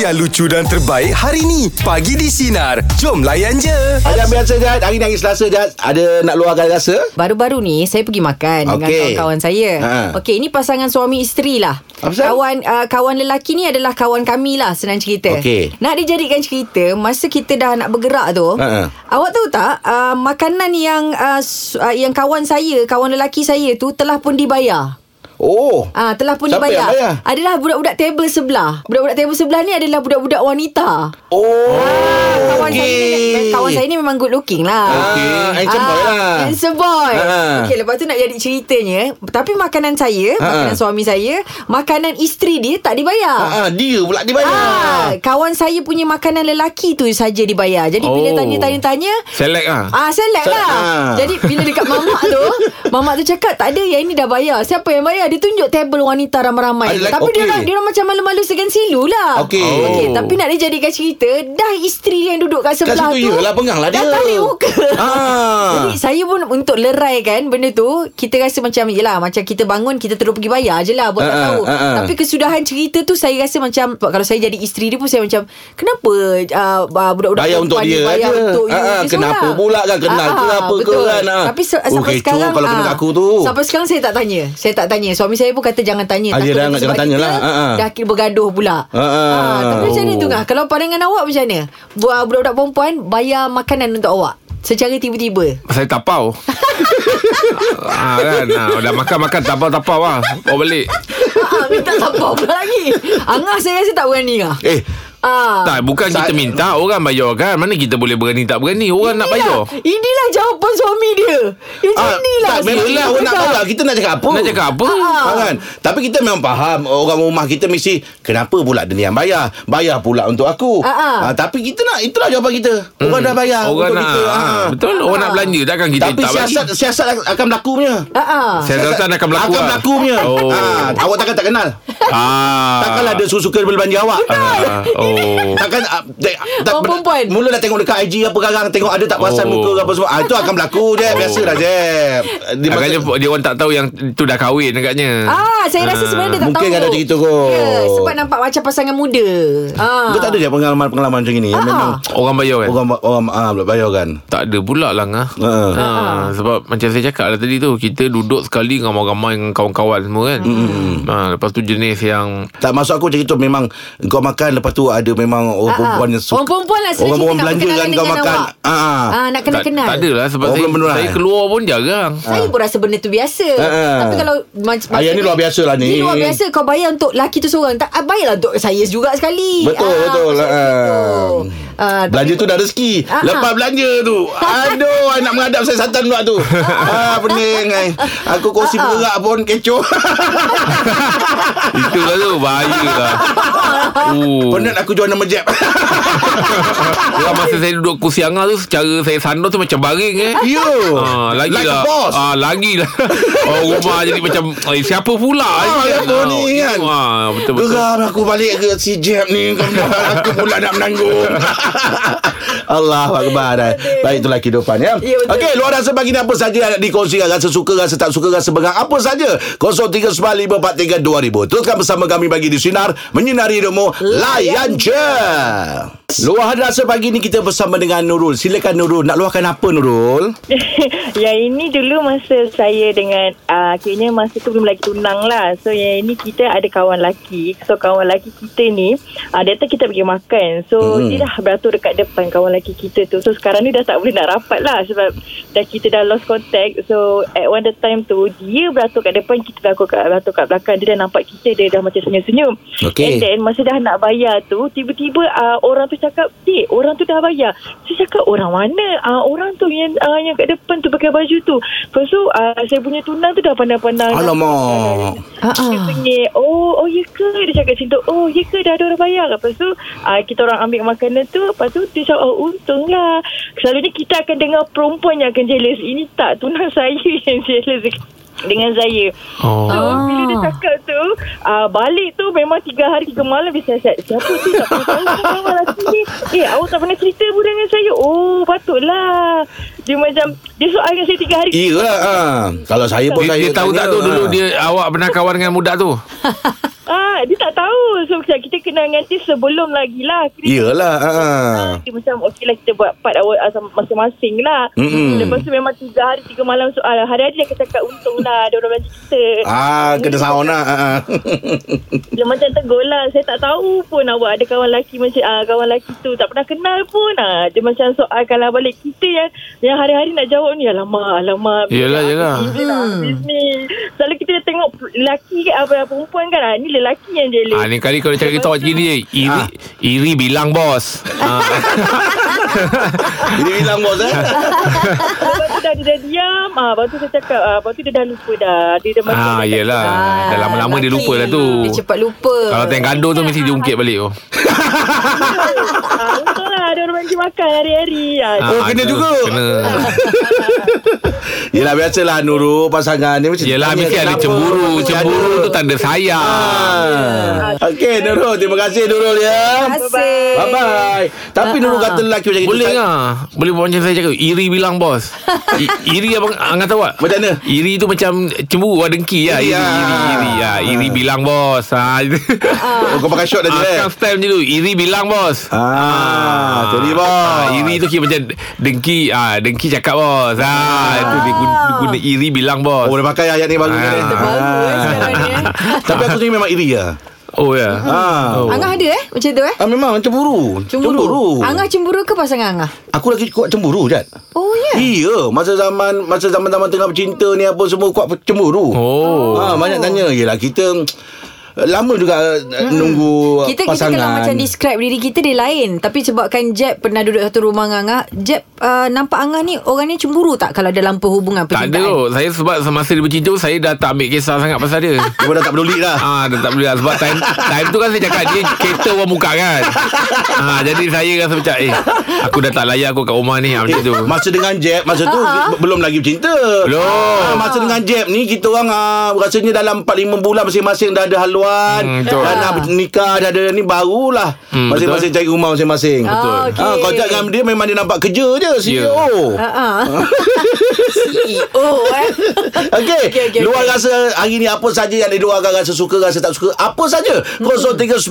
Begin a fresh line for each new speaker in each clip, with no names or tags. yang lucu dan terbaik hari ni. Pagi di Sinar. Jom layan je.
Macam biasa Jad Hari ni hari Selasa Jad Ada nak luarkan rasa
Baru-baru ni saya pergi makan okay. dengan
Okey.
kawan-kawan saya.
Ha.
Ha. Okey, ini pasangan suami isteri lah.
Apa pasal?
Kawan uh, kawan lelaki ni adalah kawan kami lah senang cerita.
Okey.
Nak dijadikan cerita masa kita dah nak bergerak
Ha,
tu.
ha.
Awak tahu tak uh, makanan yang uh, su- uh, yang kawan saya, kawan lelaki saya tu telah pun dibayar.
Oh
Ah, telah pun
Siapa
dibayar.
yang bayar?
Adalah budak-budak table sebelah. Budak-budak table sebelah ni adalah budak-budak wanita.
Oh
Kawan saya ni, kawan saya ni memang good looking lah.
Okey. Handsome boy lah.
Handsome boy.
Ah.
Okey, lepas tu nak jadi ceritanya, tapi makanan saya,
Ah.
makanan suami saya, makanan isteri dia tak dibayar.
Ah, ah, Dia pula dia bayar
Ah, kawan saya punya makanan lelaki tu saja dibayar. Jadi oh. bila
Oh.
tanya-tanya-tanya,
Select ah.
Ah select
Select,
lah
ah.
Jadi bila dekat mamak tu Mamak tu cakap Tak ada yang ini dah bayar Siapa yang bayar Dia tunjuk table wanita ramai-ramai
Ada lagi-
Tapi dia
okey.
orang Dia orang macam malu-malu Segan silu lah
Okey.
Okey,
Oh.
Tapi nak dia jadikan cerita Dah isteri yang duduk kat
Kat
sebelah
situ
tu
yelah Pengang lah dia
Dah tarik muka
ah.
Jadi saya pun untuk lerai kan benda tu Kita rasa macam Yelah macam kita bangun Kita terus pergi bayar je lah Buat tak
Ah, ah,
tahu
ah, ah.
Tapi kesudahan cerita tu Saya rasa macam sebab Kalau saya jadi isteri dia pun Saya macam Kenapa uh, budak-budak
Bayar
perempuan
untuk
ni
dia
Bayar
aja.
untuk you
Ah, ah,
dia
kenapa
seorang?"
pula kan? Kenal
Ah,
ke
ah,
apa ke
betul.
kan? Ah.
Tapi se-
Oh,
sampai
kecoh
sekarang
kalau kena
ah,
kat aku tu.
Sampai sekarang saya tak tanya Saya tak tanya Suami saya pun kata jangan tanya
Ah, dia dah
Takut nanti
jangan
sebab
tanya
kita
lah. Ah, ah.
Dah kira bergaduh pula
Ah, ah.
Ah, Tapi macam mana tu
Oh.
Ngah? Kalau pandangan awak macam mana Buat budak-budak perempuan Bayar makanan untuk awak Secara tiba-tiba
Saya tapau ah, kan? ah, Dah makan-makan Tapau-tapau lah Bawa balik
Ah, minta sabar pula lagi. Angah saya rasa tak berani lah.
Eh
Ah.
Tak bukan kita minta Orang bayar kan Mana kita boleh berani Tak berani Orang nak bayar
Inilah jawapan suami dia. Ya, Macam
Ah,
ni lah.
tak, memang lah orang nak bayar Kita nak cakap apa
Nak cakap apa?
Ah. kan? Tapi kita memang faham Orang rumah kita mesti Kenapa pula dia ni yang bayar Bayar pula untuk aku
Ah, ah.
Ah, Tapi kita nak Itulah jawapan kita Orang dah bayar
Hmm. Orang
untuk
nak
kita
ah,
Ah.
Betul Orang nak belanja Takkan kita
Tapi
tak
siasat
bagi
Siasat akan berlaku punya
Ah, ah.
Siasatan akan
Akan
berlaku lah.
berlaku punya
Oh.
Ah, Awak takkan tak kenal
ah.
Takkanlah dia susukan berbelanja awak
ah, Oh
Takkan ah, tak, tak,
Orang perempuan.
Mula dah tengok dekat IG apa sekarang Tengok ada tak perasan
Oh.
muka ke apa semua ah, Itu akan berlaku je
Oh.
Biasalah je Dia
Agaknya
maksud-
dia orang tak tahu Yang tu dah kahwin agaknya
Ah, saya rasa sebenarnya dia tak
Mungkin
tahu.
ada cerita kot.
Ya, sebab nampak macam pasangan muda. Ah.
Kau tak ada je pengalaman-pengalaman macam ni Yang
Ah.
memang
Orang bayar kan
Orang orang ah, bayar kan
Tak ada pula lah ngah.
Ah.
Ha, sebab macam saya cakap lah tadi tu Kita duduk sekali Ramai-ramai Dengan kawan-kawan semua kan
Mm-hmm.
ha, Lepas tu jenis yang
Tak masuk aku macam itu Memang kau makan Lepas tu ada memang Orang
Ah, ah.
perempuan yang suka
Orang perempuan lah senang
Orang perempuan
cerita nak
belanja kan
berkenalan
kau
dengan
makan
awak.
ah, ah.
Ah, nak kena
tak,
kenal.
tak adalah Sebab
Orang
saya,
belum kenal.
saya keluar pun jarang
Saya pun rasa benda tu biasa
ah.
Tapi kalau mac-
Ah, yang ni
maksudnya-
luar biasa lah ni.
Ni luar biasa Kau bayar untuk laki tu seorang tak, ah, Bayarlah untuk saya juga sekali
Betul, betul.
maksud
Ah.
gitu. Ah,
Belanja tu dah rezeki
Ah, ah.
Lepas belanja tu Aduh I nak menghadap saya satan pula tu ah, Pening I. Aku kursi
Ah,
bergerak pun kecoh
Oh. Itulah tu Bahaya lah uh.
Penat aku jual nama jeb
Orang masa saya duduk kursi angah tu Secara saya sandar tu macam baring eh
You
Ha, lagi
Ya. Like
lah.
a boss
Ah, lagi lah. Orang rumah jadi macam eh, siapa pula
Ah, siapa ni kan?
Ha, betul betul.
Geram aku balik ke si Jeb ni Kau bilang Aku pula nak menanggung Allah Akbar eh. Baik itulah kehidupan ya,
Ya, betul.
Okey luar rasa bagi ni apa saja Nak dikongsikan Rasa suka Rasa tak suka Rasa bengang Apa saja 0395432000 Teruskan bersama kami Bagi di Sinar Menyinari hidupmu Layan je Luahan rasa pagi ni Kita bersama dengan Nurul Silakan Nurul Nak luahkan apa Nurul
yang ini dulu masa saya dengan uh, akhirnya masa tu belum lagi tunang lah. So yang ini kita ada kawan lelaki. So kawan lelaki kita ni uh, dia kata kita pergi makan. So hmm. dia dah beratur dekat depan kawan lelaki kita tu. So sekarang ni dah tak boleh nak rapat lah sebab dah kita dah lost contact. So at one the time tu dia beratur kat depan kita beratur kat, beratur kat belakang. Dia dah nampak kita dia dah macam senyum-senyum.
Okay.
And then masa dah nak bayar tu tiba-tiba uh, orang tu cakap dek orang tu dah bayar saya cakap orang mana uh, orang tu yang uh, yang kat depan tu pakai baju tu lepas tu uh, saya punya tunang tu dah pandang-pandang
Alamak
Ah,
dia
ah.
sengit Oh oh ya ke Dia cakap macam tu Oh ya ke dah ada orang bayar Lepas tu uh, Kita orang ambil makanan tu Lepas tu dia cakap Oh untung lah Selalunya kita akan dengar Perempuan yang akan jealous Ini tak Tunang saya yang jealous Dengan saya
Oh.
So
Ah.
bila dia cakap tu uh, Balik tu memang tiga hari tiga malam Dia siasat Siapa tu tak pernah tahu Kau memang lelaki ni Eh awak tak pernah cerita pun dengan saya Oh patutlah Dia macam Dia soal dengan saya tiga hari
Iyalah ah. Kalau saya pun
Dia,
saya
dia tahu tak
tanya,
tu dulu
ah.
dia awak pernah kawan dengan budak tu?
Ah, tak Dia tak tahu So macam kita kena dengan dia Sebelum lagi lah Kira
Yelah ha.
Dia macam okay lah kita buat part awal asam, masing-masing lah.
Mm-mm.
Lepas tu memang tiga hari, tiga malam soal. Hari-hari dia akan cakap untung lah dia orang belanja kita.
Ah, kena sauna. Ha. ha.
Dia macam tegur lah. Saya tak tahu pun awak ada kawan lelaki macam ah, kawan lelaki tu. Tak pernah kenal pun. Ah. Dia macam soal kalau balik kita yang yang hari-hari nak jawab ni. Alamak, alamak.
Yelah, yelah.
Hmm. Ni. Selalu kita tengok lelaki ke apa perempuan kan. Ah, ni lelaki yang jelek.
Ah, ni kali kalau cakap kita awak gini Iri,
Ah.
iri bilang bos ah,
Dia bilang bos eh.
Lepas tu dah dia dah diam. Ah, lepas tu saya cakap. Ah, lepas tu dia dah lupa dah. Dia dah macam
ah yelah Dah lama-lama dia lupa lah tu
Dia cepat lupa
Kalau tengok gaduh tu Mesti dia ungkit balik oh. tu
Ah, Untunglah ada orang pergi makan hari-hari. Ah,
Oh, kena
ada-
juga.
Kena
Yelah biasalah Nurul pasangan dia macam
Yelah
tanya,
mesti ada
kenapa?
cemburu
Mesti
Cemburu
ada.
tu tanda sayang
Ah. Okey Nurul, terima kasih Ah. Nurul ya.
Terima kasih
Bye bye. Tapi Nurul kata lelaki macam itu.
Boleh
tak-
lah Boleh buat macam saya cakap Iri bilang bos I, Iri abang Angkat tahu tak
Macam mana?
Iri tu macam Cemburu ada dengki lah Iri
Iri,
Iri
ah.
Iri, ah. iri bilang bos ha.
Oh, kau pakai short dah je. eh?
Akan style macam tu Iri bilang bos
Ah, jadi bos.
Ah, iri tu kira macam dengki ah dengki cakap bos. Ah, itu dia guna, dia guna iri bilang bos.
Oh, dia pakai ayat ni baru ni.
Ah.
Terbaru eh sekarang ni eh.
Tapi aku ni memang iri ya.
Oh ya. Yeah.
Ah.
Oh.
Angah ada eh Macam tu eh
Ah memang cemburu.
Angah cemburu ke pasangan Angah
Aku lagi kuat cemburu Jad.
Oh ya yeah.
Iya, masa zaman masa zaman-zaman tengah bercinta ni apa semua kuat cemburu.
Oh.
Ha, banyak tanya Yelah kita eh, Lama juga hmm. Nunggu
Kita
pasangan
kita kalau macam describe diri kita dia lain Tapi sebabkan Jeb pernah duduk satu rumah dengan Angah Jeb uh, nampak Angah ni orang ni cemburu tak Kalau dalam perhubungan
Tak ada
percintaan
kot Saya sebab semasa dia bercinta tu, Saya dah tak ambil kisah sangat pasal dia
Dia dah tak peduli dah
Ah, dah tak boleh lah Sebab time, time tu kan saya cakap Dia kereta orang muka kan ah, Jadi saya rasa macam Eh aku dah tak layak aku kat rumah ni ah, Macam tu
Eh, Masa dengan Jeb Masa
Ah,
tu uh-huh. Belum lagi bercinta
Belum.
ha, Masa dengan Jeb ni Kita orang ah, Rasanya dalam 4-5 bulan Masing-masing dah ada haluan
Hmm, betul.
Dah nak nikah Dah ada ni Barulah
Hmm,
Masing-masing cari rumah masing-masing
Betul. Oh, okey.
ha, Kau cakap dengan dia Memang dia nampak kerja je E CEO
Ya.
Ah, ah. CEO eh
Okey.
Okey, okey,
luar rasa hari ni apa saja yang diluarkan rasa suka rasa tak suka apa saja.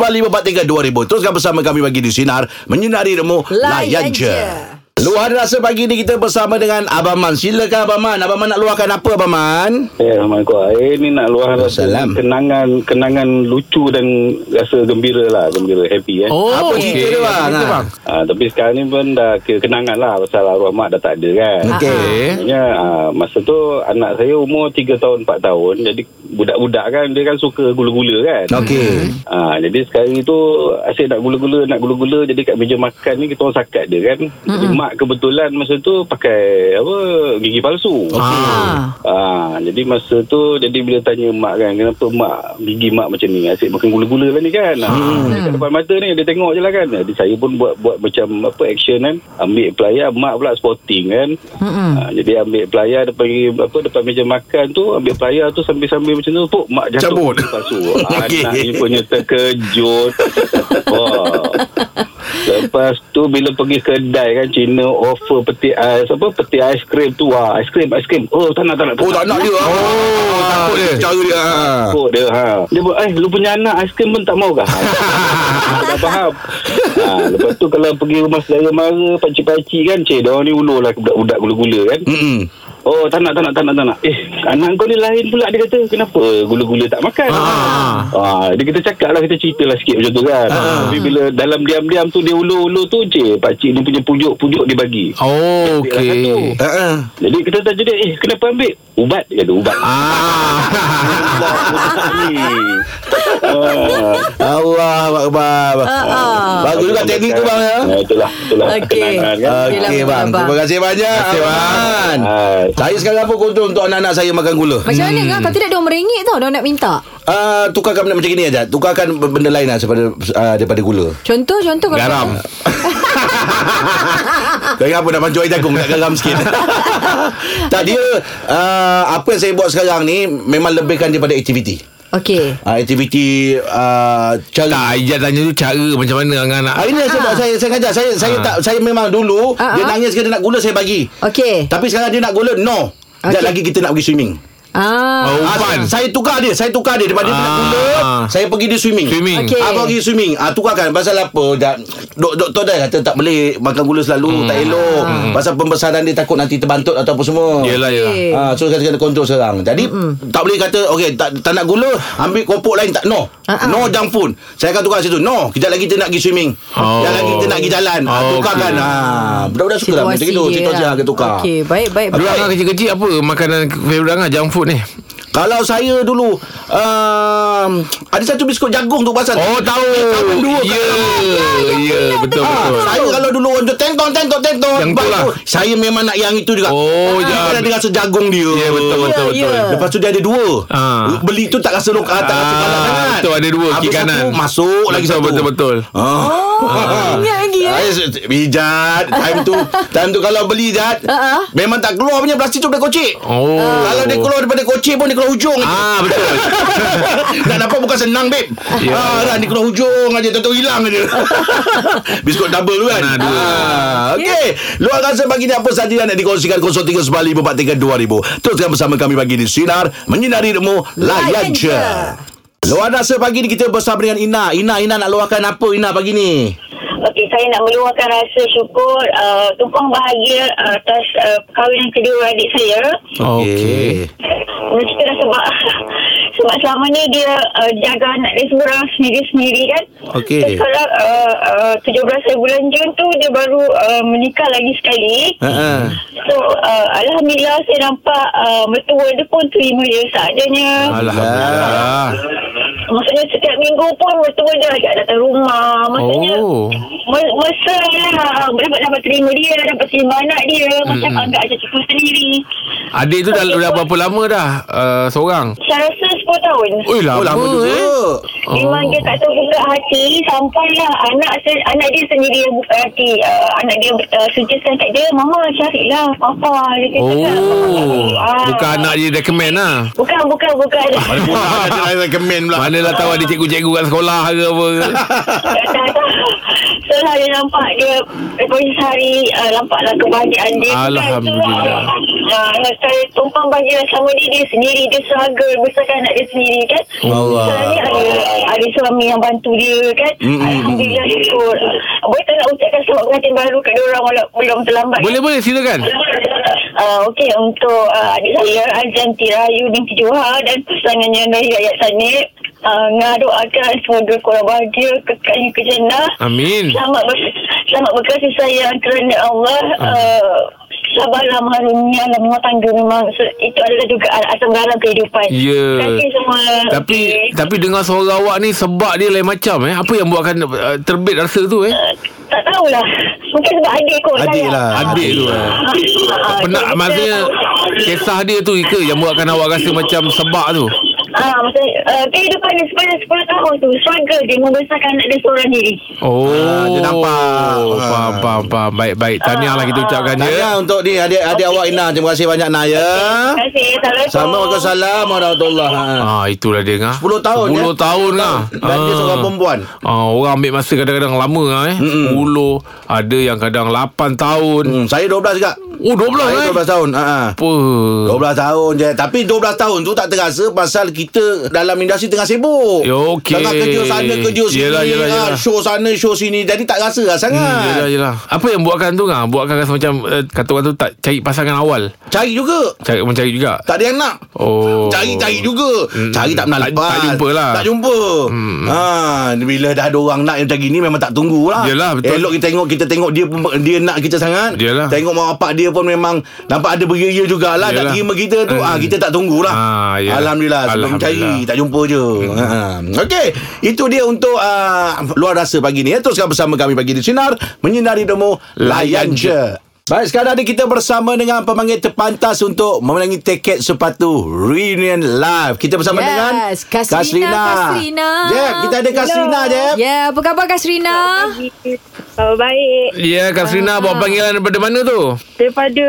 0395432000. Teruskan bersama kami bagi di sinar menyinari demo layan je. Luar rasa pagi ni kita bersama dengan Abang Man. Silakan Abang Man. Abang Man nak luahkan apa Abang Man?
Ya, Mak Kuah. Eh, ni nak luar rasa
Salam.
kenangan kenangan lucu dan rasa gembira lah. Gembira, happy eh.
Oh
apa cerita
okey.
dia, bang?
Cerita,
Ah.
bang?
Ha, tapi sekarang ni pun dah ke kenangan lah pasal arwah mak dah tak ada kan.
Okey.
Eh,
Maksudnya ha, masa tu anak saya umur 3 tahun 4 tahun jadi budak-budak kan dia kan suka gula-gula kan.
Okey.
Ha, jadi sekali tu asyik nak gula-gula nak gula-gula jadi kat meja makan ni kita orang sakat dia kan. Jadi mak kebetulan masa tu pakai apa gigi palsu.
Ah.
Ha, jadi masa tu jadi bila tanya mak kan kenapa mak gigi mak macam ni asyik makan gula-gula lah ni kan. Ha, dia kat depan mata ni dia tengok je lah kan. Jadi saya pun buat buat macam apa action kan ambil pelayar mak pula sporting kan.
Mm-mm.
Ha, jadi ambil pelayar depan apa depan meja makan tu ambil pelayar tu sambil-sambil macam tu pok mak jatuh
Cabut.
gigi palsu.
Okey.
Anak ni punya terkejut. Wah. Lepas tu bila pergi kedai kan Cina offer peti ais apa peti aiskrim tu wah aiskrim aiskrim oh tak nak tak nak
Oh tak nak dia. Oh, takut dia. Cara dia. ah.
takut dia ha. Dia buat Eh lu punya anak Aiskrim pun tak mau kah ha, Tak faham ha, Lepas tu kalau pergi rumah saudara mara Pakcik-pakcik kan Cik dia orang ni ulur lah Budak-budak gula-gula kan
Mm-mm.
Oh tak nak tak nak tak nak tak nak Eh anak kau ni lain pula Dia kata kenapa Eh, gula-gula tak makan
Ah.
Ah, dia kita cakap lah Kita cerita lah sikit macam tu kan Tapi bila dalam diam-diam tu Dia ulur-ulur tu Cik pakcik ni punya pujuk-pujuk dia bagi
Oh okey.
Ah, ah.
Jadi kita tak jadi Eh kenapa ambil Ubat dia kata ubat
Ah.
Budak ni. Ah.
Allah Akbar. Bagus juga teknik tu bang ya.
Ya, itulah, itulah.
Okey.
Kenangan kan.
Okeylah,
Okey bang.
abang.
Terima kasih banyak. Terima kasih bang.
Ah,
Saya sekarang pun kontrol untuk anak-anak saya makan gula.
Macam mana Angah Kalau tidak dia orang merengek tau Dia orang nak minta
Ah, tukarkan benda macam ni aja. Tukarkan benda lain lah daripada uh, daripada gula.
Contoh contoh kalau
Garam
Ah.
Kau apa nak mancur air jagung nak garam sikit. tak dia uh, apa yang saya buat sekarang ni memang lebihkan daripada aktiviti.
Okey
Uh, aktiviti uh, cari
Tak Ijat tanya tu cara Macam mana Angah nak
Hari ni saya buat saya saya ngajar saya
Ah.
saya tak saya memang dulu
Ah,
dia
ah.
nangis ke dia nak gula saya bagi.
Okey
Tapi sekarang dia nak gula no. Okay.
Okey.
lagi kita nak pergi swimming.
ah. Ah.
Oh,
Ah,
Upan.
saya, saya tukar dia Saya tukar dia Daripada dia
Ah.
minat gula Saya pergi dia swimming
Swimming.
Okey.
Abang pergi swimming ah, Tukarkan Pasal apa dah, dok, Doktor dah kata tak boleh Makan gula
Hmm.
selalu Tak elok Pasal pembesaran dia takut Nanti terbantut atau apa semua
Yelah, yelah.
Okey. Hmm.
Ah, so kata kena kontrol sekarang. Jadi mm tak boleh kata okey tak, tak nak gula, ambil kopok lain tak no.
Ah, ah.
No junk food. Saya akan tukar situ. No, kejap lagi kita nak pergi swimming.
Oh.
Yang lagi kita nak pergi jalan. Ah,
Oh,
tukarkan.
okey.
Ah, budak-budak suka lah macam
Situasi
gitu.
dia
Situasi
lah.
lah. tukar.
Okey, baik, baik.
Dulu Angah kecil-kecil apa makanan favourite Angah junk food ni?
Kalau saya dulu um, ada satu biskut jagung tu pasal.
Oh tahu. Ya, ya betul
Ah,
betul.
saya kalau dulu orang tu tentong tentong tentong
Yang tu
Lepas
lah.
Saya memang nak yang itu juga Ah,
Oh,
Dia
ya.
Ada rasa jagung dia
Ya betul betul
Ya,
betul.
ya.
Lepas tu dia ada dua
Ah.
Beli tu tak rasa loka, Tak rasa
Ah,
kalah sangat
betul, ada dua,
Habis
kiri kanan.
satu masuk lagi
Betul,
satu
betul, betul.
ah.
Ah, ingat lagi, eh?
Saya se- Bijat Time tu Time tu kalau beli jat
Ah, ah.
Memang tak keluar punya plastik tu daripada kocik
Oh.
Kalau dia keluar daripada kocik pun Dia keluar hujung je.
Ah betul.
Nak dapat bukan senang babe
Ya.
ah, Ran dia keluar hujung aja Tentu hilang aja Biskut double tu kan
Nah, dua.
ah, Okay Luar rasa pagi ni Apa saja yang nak dikongsikan 0395432000 Teruskan bersama kami pagi di Sinar Menyinari Demo Layan
Layan je.
je Luar rasa pagi ni kita bersama dengan Ina Ina, Ina nak luahkan apa Ina pagi ni?
Okey, saya nak meluahkan rasa syukur, uh, tumpang bahagia atas uh, perkahwinan kedua adik saya.
Okey.
Mesti lah sebab sebab selama ni dia uh, jaga anak dia seorang sendiri-sendiri kan.
Okey.
Terus Sekarang uh, uh, 17 bulan Jun tu dia baru uh, menikah lagi sekali.
Uh-uh.
So uh, Alhamdulillah saya nampak uh, mertua dia pun terima dia seadanya.
Alhamdulillah.
Maksudnya setiap minggu pun mertua dia ajak datang rumah. Maksudnya
Oh.
oh. mesra lah. Dapat, dapat terima dia, dapat terima anak dia. Macam
Mm-mm.
agak macam cukup sendiri.
Adik tu dah, dah berapa lama dah uh, seorang?
Saya rasa 10 tahun.
Oi lama,
Oh lama juga
eh.
Memang dia tak tahu buka hati sampailah anak se- anak dia sendiri yang buka hati. Uh, anak dia uh, suggestkan kat dia, "Mama carilah papa." Dia kata kan.
Oh.
Ah.
Bukan anak je recommend lah.
Bukan, bukan, bukan.
Mana pun ada yang recommend pula
Manalah tahu ada cikgu-cikgu kat sekolah ke apa ke.
Setelah dia nampak dia Ekonomi sehari uh, Nampaklah kebahagiaan dia lah.
Alhamdulillah.
uh, Saya tumpang bahagia sama dia Dia sendiri Dia struggle Besarkan anak dia sendiri kan
Allah.
Sebenarnya ada, ada suami yang bantu dia kan
Mm, mm, mm.
Alhamdulillah syukur Boleh tak nak ucapkan Selamat pengantin baru Kat diorang walau- Belum terlambat
Boleh boleh silakan.
Uh, Okey untuk uh, adik saya Azanti Rayu binti Johar dan pasangannya Nur Hidayat Sanib. Uh, Nga doakan semoga korang bahagia kekalnya ke jannah.
Amin.
Selamat, ber- selamat berkasih sayang kerana Allah.
Ah.
Uh, sabarlah maharumnya dan rumah tangga memang se- itu adalah juga asam garam kehidupan.
Ya.
Terima kasih semua.
Tapi
Okey.
tapi dengar suara awak ni sebab dia lain macam eh. Apa yang buatkan uh, terbit rasa tu eh?
Uh, tak tahulah. Mungkin sebab adik kot.
Adik
sayang.
lah.
Adik tu eh.
Ah,
Penat
jadi
maksudnya
kita-
kisah dia tu ke yang buatkan awak rasa macam sebab tu?
Ah, macam uh, kehidupan dia sepanjang 10 tahun tu struggle dia membesarkan anak dia seorang diri.
Oh,
Ah, dia nampak. Ah.
Faham, faham, faham. Baik, baik. Tahniahlah kita ucapkan ya.
Tahniah
dia.
untuk dia adik, adik awak Ina Terima kasih banyak Ina ya
Terima kasih. Assalamualaikum.
Sama Waalaikumsalam Warahmatullahi ha.
Ah, itulah dia ngah.
10 tahun,
10
ya?
tahun ngah.
Dan dia seorang perempuan.
Ah, orang ambil masa kadang-kadang lama ngah eh. 10, ada yang kadang 8 tahun.
hmm, Saya 12 juga
Oh, 12
Saya
eh.
12 tahun ha, ha.
Apa?
12 tahun je Tapi 12 tahun tu tak terasa Pasal kita dalam industri tengah sibuk
Ya, okey.
Tengah kerja sana kerja sini
Yelah, yelah,
ha,
yelah.
Show sana show sini Jadi tak rasa lah sangat
Hmm, yelah, yelah. Apa yang buatkan tu ngah? Buatkan rasa macam uh, kata orang tu tak cari pasangan awal.
Cari juga
Cari mencari juga.
tak ada yang nak
Oh.
Cari-cari juga
Mm.
Cari tak pernah
Tak-
lepas
tak jumpa lah.
Tak jumpa ha, Bila dah ada orang nak yang macam gini Memang tak tunggu lah
Yelah, betul.
Elok kita tengok Kita tengok dia pun- dia nak kita sangat
Yelah.
Tengok mak bapak dia pun memang Nampak ada beria jugalah
Yelah.
Tak terima kita tu
Mm.
ah Kita tak tunggulah
Ah, yelah.
Alhamdulillah Sebelum
Alhamdulillah.
cari Tak jumpa je ha. Okey Itu dia untuk ah, Luar rasa pagi ni ya. Teruskan bersama kami pagi di Sinar Menyinari Demo Layan
Layan je.
je Baik, sekarang ni kita bersama dengan pemanggil terpantas untuk memenangi tiket sepatu Reunion Live. Kita bersama
Yes,
dengan
Kasrina, Kasrina.
Jeb, kita ada Kasrina, Jeb.
Ya, yeah, apa khabar Kak Serina?
Oh, baik.
Ya, Kak Serina buat panggilan daripada mana tu?
Daripada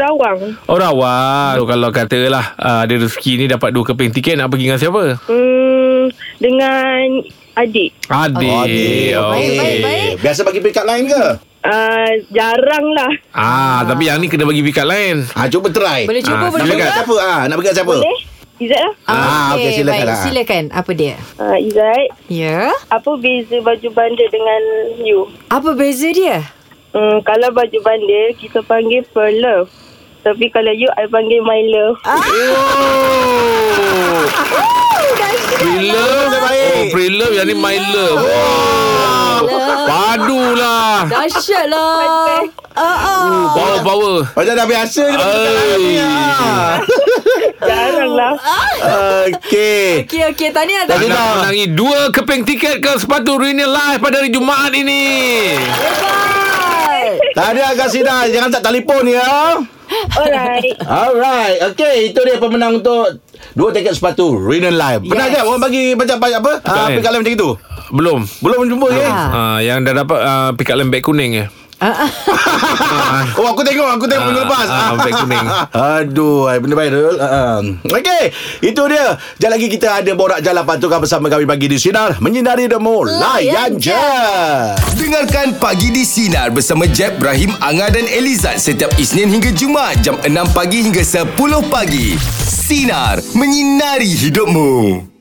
Rawang.
Orang awal so, Kalau katalah uh, Ada rezeki ni Dapat dua keping tiket Nak pergi dengan siapa?
Hmm, dengan adik.
Adik
Adik.
Okey.
Oh,
Baik, baik, baik.
Biasa bagi pick up line ke?
uh, jarang lah.
Ah, tapi yang ni kena bagi pikat lain.
Ha, cuba try.
Boleh cuba
Nak
Ah,
boleh
bagi
cuba.
silakan.
kat siapa? Ha, nak bagi kat siapa?
Boleh? Izzat lah.
Ah, okey, silakan
baik.
lah.
Silakan. Apa dia?
Uh, Izzat,
Ya.
apa beza baju bandar dengan you?
Apa beza dia?
Hmm, kalau baju bandar, kita panggil per love. Tapi kalau you, I panggil my love.
Oh. Pre-love Oh pre-love Yang ni my love Oh Padu lah
Dahsyat lah. Ah, ah.
Power power
Macam dah biasa je.
Ay.
Jarang lah.
Okey.
Okey, okey.
Tahniah.
Tahniah. Tahniah.
Anda menangi dua keping tiket ke sepatu Reunion Live pada hari Jumaat ini.
Hebat.
Tahniah Kak Sina. Jangan tak telefon ya.
Alright.
Alright. Okey, itu dia pemenang untuk dua tiket sepatu Reunion Live. Pernah
Yes.
kan orang bagi macam banyak apa? Ah,
lain.
pick up line macam itu.
Belum.
Belum jumpa ke?
Ah.
Ah, yang dah dapat ah, pick up lem beg kuning ya.
Ah, ah.
Ah,
Oh aku tengok Aku tengok
Ah,
minggu lepas
ah, beg kuning.
Aduh I Benda viral uh, Okay Itu dia Sekejap lagi kita ada Borak Jalan Patukan Bersama kami pagi di Sinar Menyinari Demo Layan je
Dengarkan Pagi di Sinar bersama Jeb, Ibrahim, Anga dan Elizad setiap Isnin hingga Jumaat jam 6 pagi hingga 10 pagi. Sinar, menyinari hidupmu.